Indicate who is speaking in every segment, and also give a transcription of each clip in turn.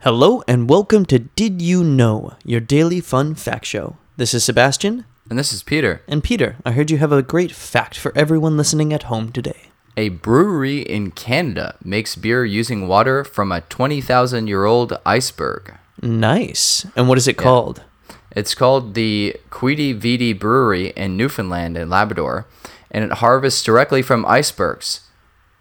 Speaker 1: Hello and welcome to Did You Know, your daily fun fact show. This is Sebastian
Speaker 2: And this is Peter.
Speaker 1: and Peter. I heard you have a great fact for everyone listening at home today.
Speaker 2: A brewery in Canada makes beer using water from a 20,000 year old iceberg.
Speaker 1: Nice. And what is it called?
Speaker 2: It's called the Quidi Vidi Brewery in Newfoundland and Labrador, and it harvests directly from icebergs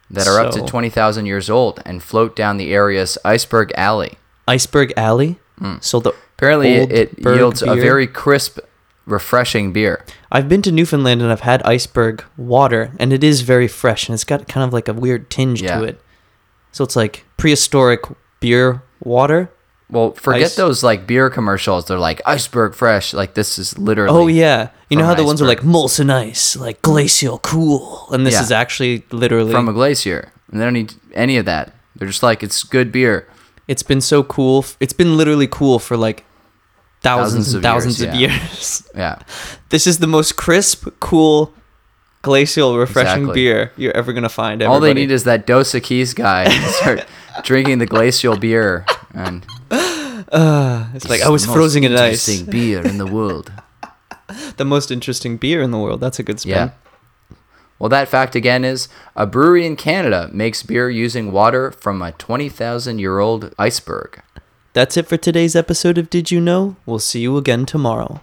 Speaker 2: that are up
Speaker 1: So-
Speaker 2: to 20,000 years old and float down the area's iceberg alley.
Speaker 1: Iceberg Alley. So the
Speaker 2: Hmm. Apparently,
Speaker 1: old
Speaker 2: it, it
Speaker 1: berg
Speaker 2: yields a
Speaker 1: beer-
Speaker 2: very crisp, refreshing beer.
Speaker 1: I've been to Newfoundland and I've had iceberg water, and it is very fresh, and it's got kind of like a weird tinge
Speaker 2: Yeah.
Speaker 1: to it. So it's like prehistoric beer water.
Speaker 2: Well, forget
Speaker 1: Ice-
Speaker 2: those like beer commercials. They're like iceberg fresh. Like this is literally.
Speaker 1: Oh yeah, you know
Speaker 2: From
Speaker 1: how
Speaker 2: an
Speaker 1: the ones are like
Speaker 2: iceberg.
Speaker 1: Molson Ice, like glacial cool, and this
Speaker 2: Yeah.
Speaker 1: is actually literally
Speaker 2: from a glacier. And they don't need any of that. They're just like, it's good beer.
Speaker 1: it's been so cool. f- It's been literally cool for like thousands,
Speaker 2: Thousands
Speaker 1: and
Speaker 2: of
Speaker 1: thousands
Speaker 2: years,
Speaker 1: of
Speaker 2: yeah.
Speaker 1: years.
Speaker 2: Yeah.
Speaker 1: this is the most crisp, cool, glacial, refreshing
Speaker 2: Exactly.
Speaker 1: beer you're ever gonna find. Everybody.
Speaker 2: All they need is that Dos Equis guy to start drinking the glacial beer. And
Speaker 1: it's like I was frozen in ice.
Speaker 2: Interesting beer in the world.
Speaker 1: The most interesting beer in the world. That's a good spin.
Speaker 2: Yeah. Well, that fact again is a brewery in Canada makes beer using water from a 20,000 year old iceberg.
Speaker 1: That's it for today's episode of Did You Know? We'll see you again tomorrow.